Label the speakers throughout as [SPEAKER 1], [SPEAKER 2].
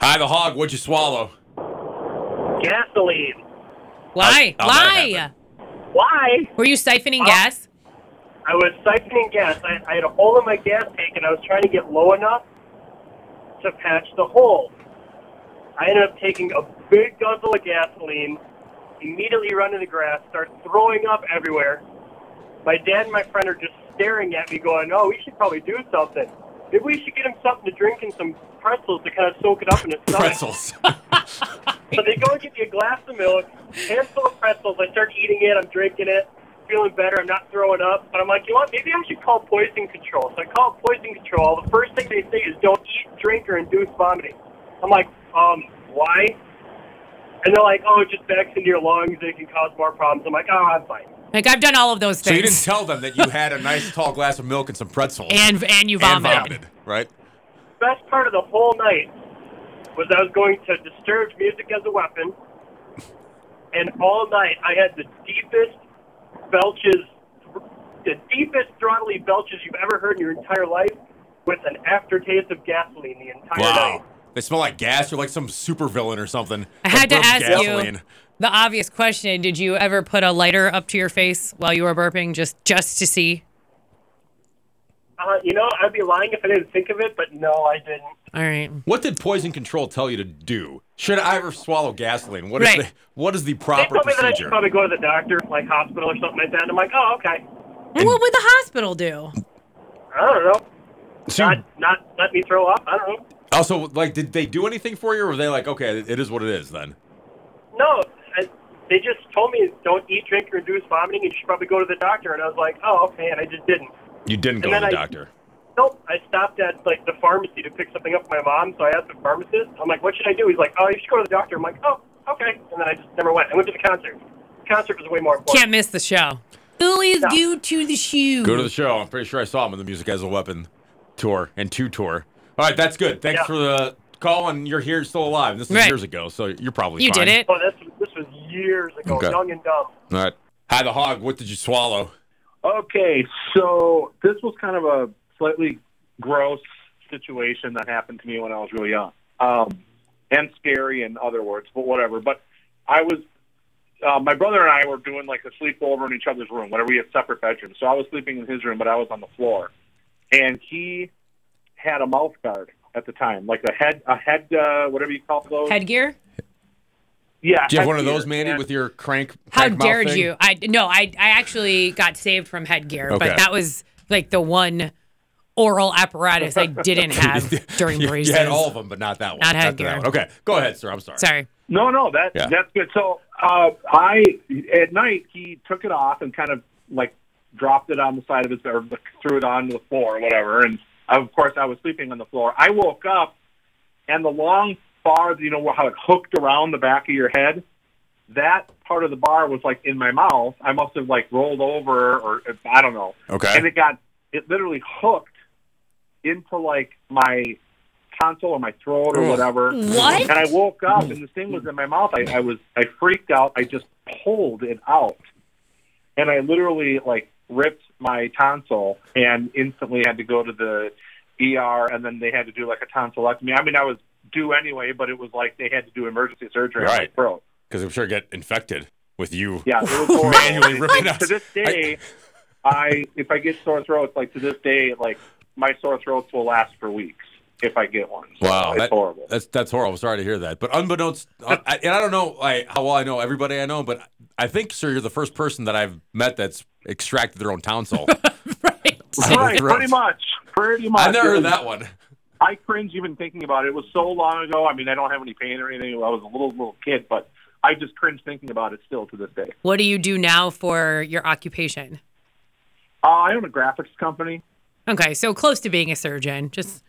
[SPEAKER 1] Hi, the hog. What'd you swallow?
[SPEAKER 2] Gasoline.
[SPEAKER 3] Why?
[SPEAKER 1] I'll- I'll let it
[SPEAKER 3] Why?
[SPEAKER 1] happen.
[SPEAKER 2] Why?
[SPEAKER 3] Were you siphoning
[SPEAKER 1] Uh,
[SPEAKER 3] gas?
[SPEAKER 2] I was siphoning gas. I, I had a hole in my gas tank, and I was trying to get low enough to patch the hole. I ended up taking a big guzzle of gasoline, immediately run to the grass, start throwing up everywhere. My dad and my friend are just staring at me, going, "Oh, we should probably do something. Maybe we should get him something to drink and some pretzels to kind of soak it up in his stomach."
[SPEAKER 1] Pretzels.
[SPEAKER 2] So they go and get me a glass of milk, handful of pretzels. I start eating it. I'm drinking it, feeling better. I'm not throwing up. But I'm like, you know what? Maybe I should call poison control. So I call poison control. The first thing they say is don't eat, drink, or induce vomiting. I'm like, um, why? And they're like, oh, it just backs into your lungs and it can cause more problems. I'm like, oh, I'm fine.
[SPEAKER 3] Like I've done all of those
[SPEAKER 1] so you
[SPEAKER 3] things.
[SPEAKER 1] didn't tell them that you had a nice tall glass of milk and some pretzels
[SPEAKER 3] and and you
[SPEAKER 1] And
[SPEAKER 3] vomited.
[SPEAKER 1] vomited, right?
[SPEAKER 2] best part of the whole night was I was going to disturbed music as a weapon, and all night I had the deepest belches, the deepest throttly belches you've ever heard in your entire life, with an aftertaste of gasoline the entire night.
[SPEAKER 1] Wow. They smell like gas. You're like some supervillain or something.
[SPEAKER 3] I
[SPEAKER 1] Like
[SPEAKER 3] had to
[SPEAKER 1] burps
[SPEAKER 3] ask
[SPEAKER 1] gasoline.
[SPEAKER 3] you the obvious question: Did you ever put a lighter up to your face while you were burping, just just to see?
[SPEAKER 2] Uh, you know, I'd be lying if I didn't think of it, but no, I didn't.
[SPEAKER 3] All right.
[SPEAKER 1] What did poison control tell you to do? Should I ever swallow gasoline? What is
[SPEAKER 3] Right.
[SPEAKER 1] the what is the
[SPEAKER 2] They
[SPEAKER 1] proper
[SPEAKER 2] told me that I
[SPEAKER 1] procedure?
[SPEAKER 2] should probably go to the doctor, like hospital or something like that. And I'm like, oh, okay.
[SPEAKER 3] what would the hospital do?
[SPEAKER 2] I don't know.
[SPEAKER 1] So you-
[SPEAKER 2] Not, not let me throw up. I don't know.
[SPEAKER 1] also, like, did they do anything for you, or were they like, okay, it is what it is then?
[SPEAKER 2] No, I, they just told me don't eat, drink, or induce vomiting, and you should probably go to the doctor. And I was like, oh, okay, and I just didn't.
[SPEAKER 1] You didn't go to
[SPEAKER 2] And then
[SPEAKER 1] the
[SPEAKER 2] I-
[SPEAKER 1] doctor.
[SPEAKER 2] Nope, I stopped at like the pharmacy to pick something up for my mom, so I asked the pharmacist. I'm like, what should I do? He's like, oh, you should go to the doctor. I'm like, oh, okay, and then I just never went. I went to the concert. The concert was way more important.
[SPEAKER 3] Can't miss the show. Always
[SPEAKER 2] No.
[SPEAKER 3] due to the shoe.
[SPEAKER 1] Go to the show. I'm pretty sure I saw him in the Music as a Weapon tour and two tour. All right, that's good. Thanks
[SPEAKER 2] Yeah.
[SPEAKER 1] for the call, and you're here, still alive. This is
[SPEAKER 3] Right.
[SPEAKER 1] years ago, so you're probably
[SPEAKER 3] you
[SPEAKER 1] fine.
[SPEAKER 3] did it.
[SPEAKER 2] Oh, this this was years ago,
[SPEAKER 1] Okay.
[SPEAKER 2] young and dumb.
[SPEAKER 1] All right. Hi, the hog. What did you swallow?
[SPEAKER 4] Okay, so this was kind of a slightly gross situation that happened to me when I was really young, um, and scary in other words, but whatever. But I was, uh, my brother and I were doing like a sleepover in each other's room. Whenever we had separate bedrooms, so I was sleeping in his room, but I was on the floor, and he had a mouth guard at the time, like a head, a head, uh, whatever you call those.
[SPEAKER 3] Headgear?
[SPEAKER 4] Yeah.
[SPEAKER 1] Do you have one of
[SPEAKER 4] headgear.
[SPEAKER 1] those, Mandy,
[SPEAKER 4] And-
[SPEAKER 1] with your crank?
[SPEAKER 3] How
[SPEAKER 1] crank mouth
[SPEAKER 3] dared
[SPEAKER 1] thing?
[SPEAKER 3] you? I no, I I actually got saved from headgear,
[SPEAKER 1] Okay.
[SPEAKER 3] but that was like the one oral apparatus I didn't have during
[SPEAKER 1] you,
[SPEAKER 3] braces.
[SPEAKER 1] you had all of them, but not that one.
[SPEAKER 3] Not
[SPEAKER 1] that
[SPEAKER 3] headgear.
[SPEAKER 1] one. Okay, go ahead, sir. I'm sorry.
[SPEAKER 3] Sorry.
[SPEAKER 4] No, no, that
[SPEAKER 1] Yeah.
[SPEAKER 4] that's good. So uh, I at night he took it off and kind of like dropped it on the side of his or threw it on the floor or whatever. And of course, I was sleeping on the floor. I woke up and the long bar, you know how it hooked around the back of your head. That part of the bar was like in my mouth. I must have like rolled over or I don't know
[SPEAKER 1] Okay.
[SPEAKER 4] and it got it literally hooked into like my tonsil or my throat or
[SPEAKER 1] Ugh.
[SPEAKER 4] whatever.
[SPEAKER 3] What?
[SPEAKER 4] And I woke up and this thing was in my mouth. I, I was I freaked out. I just pulled it out, and I literally like ripped my tonsil and instantly had to go to the ER, and then they had to do like a tonsillectomy. I mean, I was due anyway, but it was like they had to do emergency surgery on my
[SPEAKER 1] Right.
[SPEAKER 4] throat.
[SPEAKER 1] Because I'm sure it get infected with you.
[SPEAKER 4] Yeah, it was horrible.
[SPEAKER 1] Manually ripping out-
[SPEAKER 4] To this day, I, if I get sore throats, like to this day, like my sore throats will last for weeks if I get one. So
[SPEAKER 1] Wow,
[SPEAKER 4] it's
[SPEAKER 1] that-
[SPEAKER 4] horrible.
[SPEAKER 1] That's that's horrible. I'm sorry to hear that. But unbeknownst, I, I- and I don't know like, how well I know everybody I know, but I think, sir, you're the first person that I've met that's extracted their own tonsil.
[SPEAKER 3] Right.
[SPEAKER 1] sore
[SPEAKER 4] Right,
[SPEAKER 1] throats.
[SPEAKER 4] pretty much, pretty much.
[SPEAKER 1] I've never
[SPEAKER 4] It
[SPEAKER 1] heard
[SPEAKER 4] was-
[SPEAKER 1] that one.
[SPEAKER 4] I cringe even thinking about it. It was so long ago. I mean, I don't have any pain or anything. I was a little little kid, but I just cringe thinking about it still to this day.
[SPEAKER 3] What do you do now for your occupation?
[SPEAKER 4] Uh, I own a graphics company.
[SPEAKER 3] Okay, so close to being a surgeon, just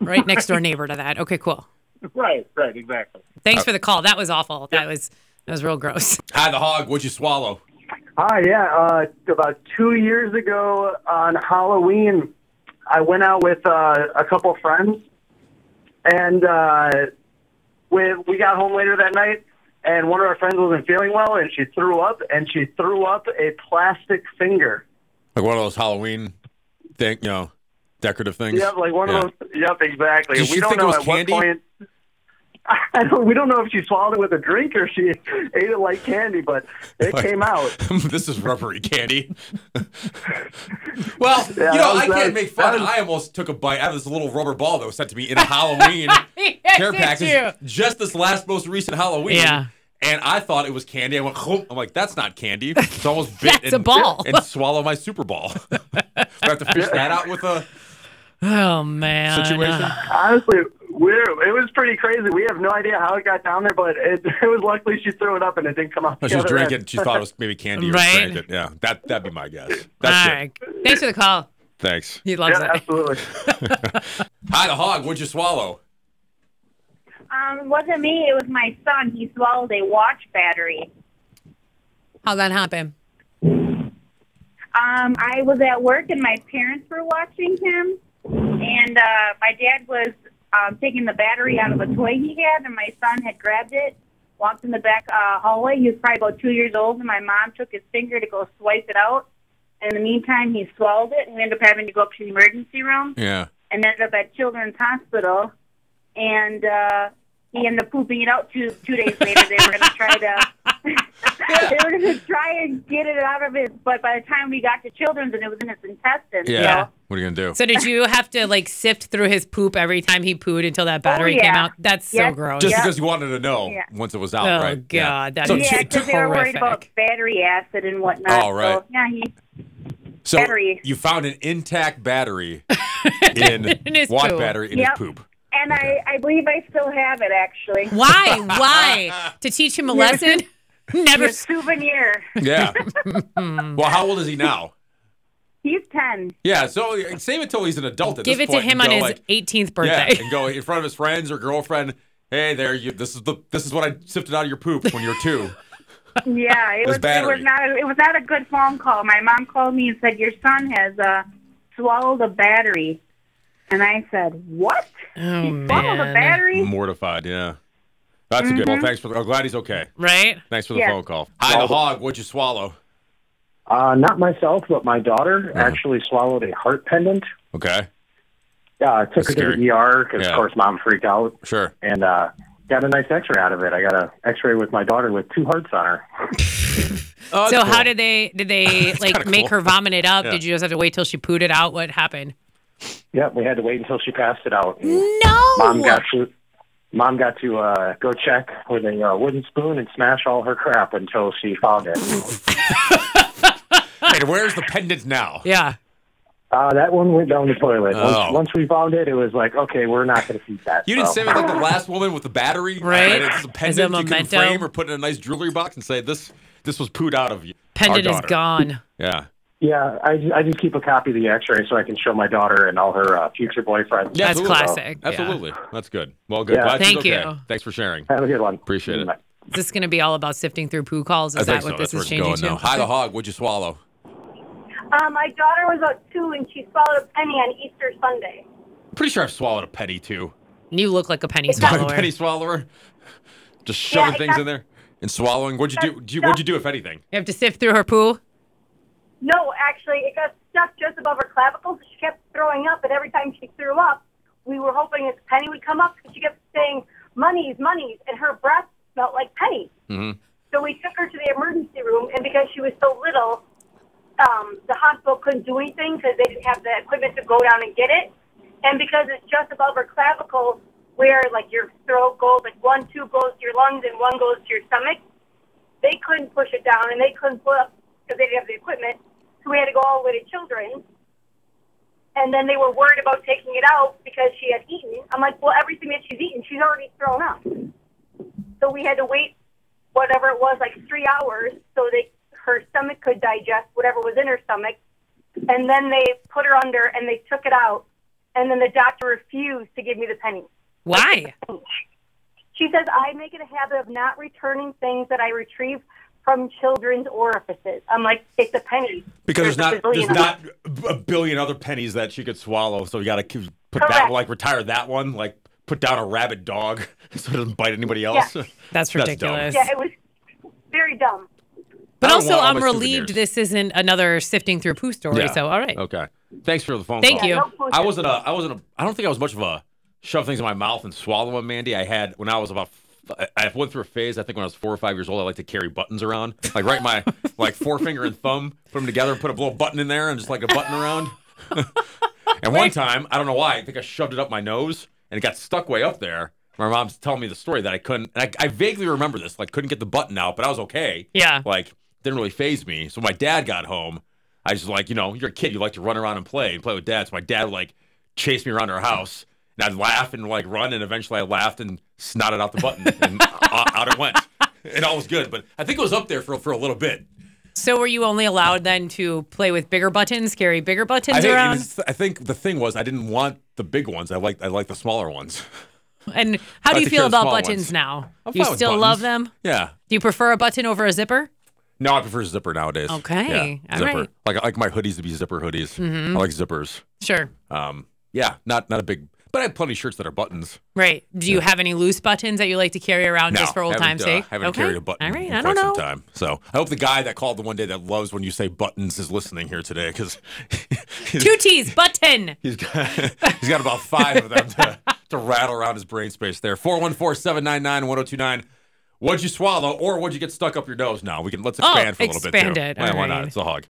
[SPEAKER 3] right next door neighbor to that. Okay, cool.
[SPEAKER 4] Right, right, exactly.
[SPEAKER 3] Thanks for the call. That was awful. That was that was real gross.
[SPEAKER 1] Hi, the hog. What'd you swallow?
[SPEAKER 2] Hi, yeah. Uh, about two years ago on Halloween, I went out with uh, a couple friends, and uh, we we got home later that night. And one of our friends wasn't feeling well, and she threw up, and she threw up a plastic finger.
[SPEAKER 1] Like one of those Halloween thing, you know, decorative things.
[SPEAKER 2] Yep, like one
[SPEAKER 1] Yeah.
[SPEAKER 2] of those. Yep, exactly.
[SPEAKER 1] Did she
[SPEAKER 2] we don't
[SPEAKER 1] think it
[SPEAKER 2] know
[SPEAKER 1] was
[SPEAKER 2] at
[SPEAKER 1] candy?
[SPEAKER 2] what point.
[SPEAKER 5] I don't, we don't know if she swallowed it with a drink or she ate it like candy, but it
[SPEAKER 1] Like-
[SPEAKER 5] came out.
[SPEAKER 1] this is rubbery candy. well,
[SPEAKER 5] Yeah,
[SPEAKER 1] you
[SPEAKER 5] that
[SPEAKER 1] know,
[SPEAKER 5] was-
[SPEAKER 1] I
[SPEAKER 5] that
[SPEAKER 1] can't
[SPEAKER 5] was-
[SPEAKER 1] make fun.
[SPEAKER 5] that was-
[SPEAKER 1] I almost took a bite out of this little rubber ball that was sent to me in a Halloween
[SPEAKER 3] Yes,
[SPEAKER 1] care
[SPEAKER 3] did
[SPEAKER 1] package
[SPEAKER 3] you?
[SPEAKER 1] just this last most recent Halloween.
[SPEAKER 3] Yeah.
[SPEAKER 1] And I thought it was candy. I went, "Gulp." I'm like, that's not candy. It's almost bit
[SPEAKER 3] That's
[SPEAKER 1] and,
[SPEAKER 3] a ball.
[SPEAKER 1] and swallow my super ball. Do I have to fish that out with a
[SPEAKER 3] Oh man.
[SPEAKER 1] situation?
[SPEAKER 5] Honestly, we're, it was pretty crazy. We have no idea how it got down there, but it, it was luckily she threw it up and it didn't come
[SPEAKER 1] No,
[SPEAKER 5] out. the
[SPEAKER 1] Oh, she was
[SPEAKER 5] other end.
[SPEAKER 1] drinking. She thought it was maybe candy or
[SPEAKER 3] Right.
[SPEAKER 1] drank it. Yeah, that that'd be my guess.
[SPEAKER 3] All
[SPEAKER 1] That's it.
[SPEAKER 3] right. Thanks for the call.
[SPEAKER 1] Thanks.
[SPEAKER 3] He loves
[SPEAKER 5] Yeah,
[SPEAKER 3] it.
[SPEAKER 5] absolutely.
[SPEAKER 1] Hi, the hog. What'd you swallow?
[SPEAKER 6] Um, it wasn't me. It was my son. He swallowed a watch battery.
[SPEAKER 3] How'd that happen?
[SPEAKER 6] Um, I was at work and my parents were watching him, and uh, my dad was um, taking the battery out of a toy he had, and my son had grabbed it, walked in the back uh, hallway. He was probably about two years old, and my mom took his finger to go swipe it out. In the meantime, he swallowed it, and we ended up having to go up to the emergency room.
[SPEAKER 1] Yeah.
[SPEAKER 6] and ended up at Children's Hospital, and uh, he ended up pooping it out two two days later. They were going to try to. they were going to try and get it out of it, but by the time we got to Children's, and it was in his intestines.
[SPEAKER 1] Yeah.
[SPEAKER 3] Yeah.
[SPEAKER 1] What are you gonna do?
[SPEAKER 3] So did you have to like sift through his poop every time he pooed until that battery came
[SPEAKER 6] yeah.
[SPEAKER 3] out? That's so
[SPEAKER 6] Yes.
[SPEAKER 3] gross.
[SPEAKER 1] Just
[SPEAKER 6] Oh, Yeah.
[SPEAKER 1] because you wanted to know
[SPEAKER 6] Yeah.
[SPEAKER 1] once it was out,
[SPEAKER 3] Oh,
[SPEAKER 1] right?
[SPEAKER 3] God, that
[SPEAKER 1] So,
[SPEAKER 3] is-
[SPEAKER 6] Yeah,
[SPEAKER 1] she-
[SPEAKER 6] because they were worried about
[SPEAKER 3] Horrific.
[SPEAKER 6] battery acid and whatnot.
[SPEAKER 1] Oh, right.
[SPEAKER 6] So, yeah, he,
[SPEAKER 1] so
[SPEAKER 6] battery.
[SPEAKER 1] you found an intact battery in,
[SPEAKER 3] In his
[SPEAKER 1] watt
[SPEAKER 3] poop.
[SPEAKER 1] battery in
[SPEAKER 6] Yep.
[SPEAKER 1] his poop.
[SPEAKER 6] and I, I believe I still have it actually.
[SPEAKER 3] Why? Why? to teach him a lesson? Never.
[SPEAKER 6] It's a souvenir.
[SPEAKER 1] Yeah. well, how old is he now?
[SPEAKER 6] He's ten.
[SPEAKER 1] Yeah. So save it till he's an adult. At
[SPEAKER 3] Give
[SPEAKER 1] this
[SPEAKER 3] it to
[SPEAKER 1] point
[SPEAKER 3] him
[SPEAKER 1] and
[SPEAKER 3] on
[SPEAKER 1] go
[SPEAKER 3] his
[SPEAKER 1] like,
[SPEAKER 3] 18th
[SPEAKER 1] yeah,
[SPEAKER 3] birthday.
[SPEAKER 1] and go in front of his friends or girlfriend. Hey, there. You. This is the. This is what I sifted out of your poop when you were two.
[SPEAKER 6] Yeah, it
[SPEAKER 1] This
[SPEAKER 6] was, it
[SPEAKER 1] battery.
[SPEAKER 6] was not a, it was not a good phone call. My mom called me and said your son has uh, swallowed a battery, and I said what?
[SPEAKER 3] Oh,
[SPEAKER 6] he swallowed
[SPEAKER 3] man.
[SPEAKER 6] a battery?
[SPEAKER 1] Mortified. Yeah. That's a good. Well, thanks for. The, I'm glad he's okay.
[SPEAKER 3] Right?
[SPEAKER 1] Thanks for the
[SPEAKER 6] Mm-hmm. Yeah.
[SPEAKER 1] phone call. Hi, the hog. What'd you swallow?
[SPEAKER 5] Uh, not myself, but my daughter
[SPEAKER 1] Uh-huh.
[SPEAKER 5] actually swallowed a heart pendant.
[SPEAKER 1] Okay.
[SPEAKER 5] Yeah, I took
[SPEAKER 1] That's
[SPEAKER 5] her to
[SPEAKER 1] scary.
[SPEAKER 5] the ER because,
[SPEAKER 1] Yeah.
[SPEAKER 5] of course, mom freaked out
[SPEAKER 1] Sure.
[SPEAKER 5] and uh, got a nice X-ray out of it. I got an X-ray with my daughter with two hearts on her.
[SPEAKER 1] Oh,
[SPEAKER 3] so
[SPEAKER 1] that's
[SPEAKER 3] how
[SPEAKER 1] cool.
[SPEAKER 3] did they did they like
[SPEAKER 1] kinda
[SPEAKER 3] make
[SPEAKER 1] cool.
[SPEAKER 3] her vomit it up?
[SPEAKER 1] Yeah.
[SPEAKER 3] Did you just have to wait till she pooed it out? What happened?
[SPEAKER 5] Yep, we had to wait until she passed it out. And
[SPEAKER 3] No.
[SPEAKER 5] Mom got to, mom got to uh, go check with a uh, wooden spoon and smash all her crap until she found it.
[SPEAKER 1] Hey, where's the pendant now?
[SPEAKER 3] yeah.
[SPEAKER 5] Uh, that one went down the toilet. Once,
[SPEAKER 1] Oh.
[SPEAKER 5] once we found it, it was like, okay, we're not going to feed that.
[SPEAKER 1] You didn't
[SPEAKER 5] so.
[SPEAKER 1] save it like the last woman with the battery,
[SPEAKER 3] Right.
[SPEAKER 1] And it's a
[SPEAKER 3] As a
[SPEAKER 1] pendant you can
[SPEAKER 3] memento.
[SPEAKER 1] frame or put in a nice jewelry box and say this this was pooed out of you.
[SPEAKER 3] Pendant
[SPEAKER 1] our
[SPEAKER 3] is
[SPEAKER 1] daughter."
[SPEAKER 3] gone.
[SPEAKER 1] Yeah,
[SPEAKER 5] Yeah, I, ju- I just keep a copy of the X-ray so I can show my daughter and all her uh, future boyfriends.
[SPEAKER 1] Yeah,
[SPEAKER 3] That's
[SPEAKER 1] absolutely.
[SPEAKER 3] classic. Yeah.
[SPEAKER 1] absolutely. That's good. Well, good.
[SPEAKER 5] Yeah.
[SPEAKER 1] Glad she's
[SPEAKER 3] Thank you.
[SPEAKER 1] okay. Thanks for sharing.
[SPEAKER 5] Have a good one.
[SPEAKER 1] Appreciate it.
[SPEAKER 5] Bye.
[SPEAKER 3] Is this going to be all about sifting through poo calls? Is
[SPEAKER 1] I
[SPEAKER 3] that
[SPEAKER 1] think so.
[SPEAKER 3] what
[SPEAKER 1] That's
[SPEAKER 3] this
[SPEAKER 1] where
[SPEAKER 3] is
[SPEAKER 1] it's
[SPEAKER 3] changing
[SPEAKER 1] going
[SPEAKER 3] to?
[SPEAKER 1] now. Hi, the hog. What'd you swallow?
[SPEAKER 7] Uh, my daughter was about two, and she swallowed a penny on Easter Sunday.
[SPEAKER 1] Pretty sure I've swallowed a penny too.
[SPEAKER 3] You look like a penny
[SPEAKER 1] I'm a
[SPEAKER 3] swallower.
[SPEAKER 1] penny swallower. Just shoving
[SPEAKER 7] Yeah,
[SPEAKER 1] things in there and swallowing. What'd you do? do you, what'd you do if anything?
[SPEAKER 3] You have to sift through her poo.
[SPEAKER 7] No, actually, it got stuck just above her clavicle. So she kept throwing up, and every time she threw up, we were hoping this penny would come up because she kept saying, "Monies, monies," and her breath smelled like pennies.
[SPEAKER 1] Mhm.
[SPEAKER 7] So we took her to the emergency room, and because she was so little, um, the hospital couldn't do anything because they didn't have the equipment to go down and get it. And because it's just above her clavicle, where like your throat goes, like one tube goes to your lungs and one goes to your stomach, they couldn't push it down and they couldn't pull it up because they didn't have the equipment. So we had to go all the way to children's. And then they were worried about taking it out because she had eaten. I'm like, well, everything that she's eaten, she's already thrown up. So we had to wait whatever it was, like three hours, so they her stomach could digest whatever was in her stomach. And then they put her under and they took it out. And then the doctor refused to give me the penny.
[SPEAKER 3] Why?
[SPEAKER 7] She says, I make it a habit of not returning things that I retrieve from children's orifices. I'm like, it's a penny.
[SPEAKER 1] Because there's not
[SPEAKER 7] a
[SPEAKER 1] there's
[SPEAKER 7] bazillion
[SPEAKER 1] not a billion other pennies that she could swallow, so you got to put that
[SPEAKER 7] Correct.
[SPEAKER 1] like retire that one, like put down a rabid dog so it doesn't bite anybody else.
[SPEAKER 3] That's
[SPEAKER 1] dumb.
[SPEAKER 3] ridiculous.
[SPEAKER 7] Yeah, it was very dumb.
[SPEAKER 3] But
[SPEAKER 1] I don't
[SPEAKER 3] also,
[SPEAKER 1] want all
[SPEAKER 3] I'm
[SPEAKER 1] my
[SPEAKER 3] relieved
[SPEAKER 1] souvenirs.
[SPEAKER 3] this isn't another sifting through poo story.
[SPEAKER 1] Yeah.
[SPEAKER 3] So, all right.
[SPEAKER 1] Okay. Thanks for the phone
[SPEAKER 3] Thank
[SPEAKER 1] call.
[SPEAKER 3] you.
[SPEAKER 7] No
[SPEAKER 1] I wasn't a I wasn't a I don't think I was much of a shove things in my mouth and swallow them, Mandy. I had when I was about. f- I I went through a phase. I think when I was four or five years old, I like to carry buttons around, like right my like forefinger and thumb, put them together, and put a little button in there, and just like a button around. and one time, I don't know why, I think I shoved it up my nose, and it got stuck way up there. My mom's telling me the story that I couldn't. And I, I vaguely remember this, like couldn't get the button out, but I was okay.
[SPEAKER 3] Yeah.
[SPEAKER 1] like didn't really phase me. So when my dad got home. I was just like, you know, you're a kid, you like to run around and play and play with dad. So my dad would like chase me around our house, and I'd laugh and like run, and eventually I laughed and snotted out the button, and out, out it went. And all was good, but I think it was up there for for a little bit.
[SPEAKER 3] So were you only allowed then to play with bigger buttons, carry bigger buttons
[SPEAKER 1] I think,
[SPEAKER 3] around?
[SPEAKER 1] I think the thing was I didn't want the big ones. I like I like the smaller ones.
[SPEAKER 3] and how do
[SPEAKER 1] like
[SPEAKER 3] you
[SPEAKER 1] to
[SPEAKER 3] feel
[SPEAKER 1] carry
[SPEAKER 3] about
[SPEAKER 1] small
[SPEAKER 3] buttons
[SPEAKER 1] ones.
[SPEAKER 3] now?
[SPEAKER 1] I'm
[SPEAKER 3] Do you
[SPEAKER 1] fine with
[SPEAKER 3] still
[SPEAKER 1] buttons.
[SPEAKER 3] love them?
[SPEAKER 1] Yeah.
[SPEAKER 3] Do you prefer a button over a zipper?
[SPEAKER 1] No, I prefer zipper nowadays.
[SPEAKER 3] Okay.
[SPEAKER 1] Yeah,
[SPEAKER 3] All
[SPEAKER 1] zipper.
[SPEAKER 3] right. Mm-hmm.
[SPEAKER 1] Like I like my hoodies to be zipper hoodies. I like zippers.
[SPEAKER 3] Sure.
[SPEAKER 1] Um, yeah, not not a big, but I have plenty of shirts that are buttons.
[SPEAKER 3] Right. Do you have any loose buttons that you like to carry around
[SPEAKER 1] No,
[SPEAKER 3] just for old
[SPEAKER 1] haven't,
[SPEAKER 3] time's
[SPEAKER 1] uh,
[SPEAKER 3] sake?
[SPEAKER 1] Haven't
[SPEAKER 3] okay.
[SPEAKER 1] carried a button.
[SPEAKER 3] All right.
[SPEAKER 1] in
[SPEAKER 3] I don't
[SPEAKER 1] quite
[SPEAKER 3] know.
[SPEAKER 1] Some time. So I hope the guy that called the one day that loves when you say buttons is listening here today because
[SPEAKER 3] Two T's, button.
[SPEAKER 1] he's got he's got about five of them to, to rattle around his brain space there. 414-799-1029. What'd you swallow or what'd you get stuck up your nose? Now we can let's
[SPEAKER 3] Oh,
[SPEAKER 1] expand for a little bit.
[SPEAKER 3] expand
[SPEAKER 1] too.
[SPEAKER 3] it.
[SPEAKER 1] Why,
[SPEAKER 3] All
[SPEAKER 1] why not?
[SPEAKER 3] right.
[SPEAKER 1] It's a hog.